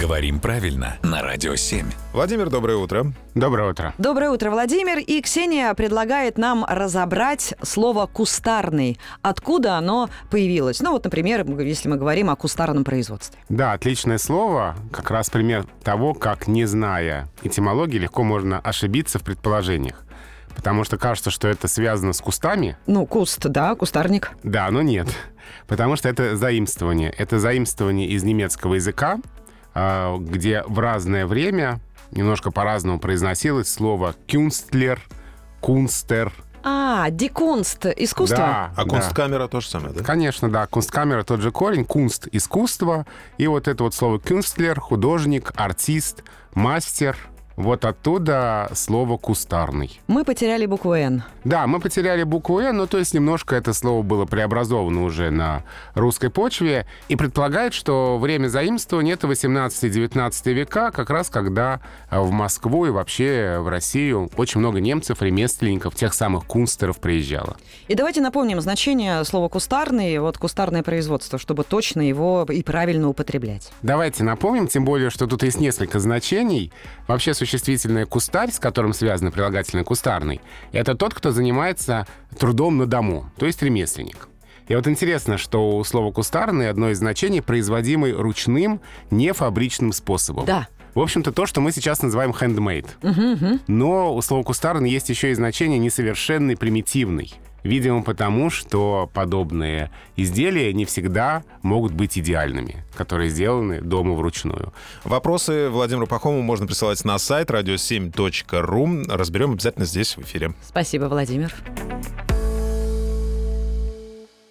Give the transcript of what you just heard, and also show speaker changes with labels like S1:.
S1: Говорим правильно на Радио 7.
S2: Владимир, доброе утро.
S3: Доброе утро.
S4: Доброе утро, Владимир. И Ксения предлагает нам разобрать слово «кустарный». Откуда оно появилось? Ну вот, например, если мы говорим о кустарном производстве.
S3: Да, отличное слово. Как раз пример того, как, не зная этимологии, легко можно ошибиться в предположениях. Потому что кажется, что это связано с кустами.
S4: Ну, куст, да, кустарник.
S3: Да, но нет. Потому что это заимствование. Это заимствование из немецкого языка, а, где в разное время немножко по-разному произносилось слово «кюнстлер», «кунстер».
S4: А, декунст, искусство.
S3: Да,
S2: А
S3: да.
S2: кунсткамера тоже самое, да?
S3: Конечно, да. Кунсткамера тот же корень. Кунст — искусство. И вот это вот слово «кюнстлер» — художник, артист, мастер. Вот оттуда слово «кустарный».
S4: Мы потеряли букву «Н».
S3: Да, мы потеряли букву «Н», но то есть немножко это слово было преобразовано уже на русской почве и предполагает, что время заимствования — это 18-19 века, как раз когда э, в Москву и вообще в Россию очень много немцев, ремесленников, тех самых кунстеров приезжало.
S4: И давайте напомним значение слова «кустарный», вот «кустарное производство», чтобы точно его и правильно употреблять.
S3: Давайте напомним, тем более, что тут есть несколько значений. Вообще существительное «кустарь», с которым связано прилагательное «кустарный», это тот, кто занимается трудом на дому, то есть ремесленник. И вот интересно, что у слова «кустарный» одно из значений, производимый ручным, нефабричным способом.
S4: Да.
S3: В общем-то, то, что мы сейчас называем handmade. Но у слова «кустарный» есть еще и значение «несовершенный», «примитивный». Видимо, потому что подобные изделия не всегда могут быть идеальными, которые сделаны дома вручную.
S2: Вопросы Владимиру Пахому можно присылать на сайт radio7.ru. Разберем обязательно здесь в эфире.
S4: Спасибо, Владимир.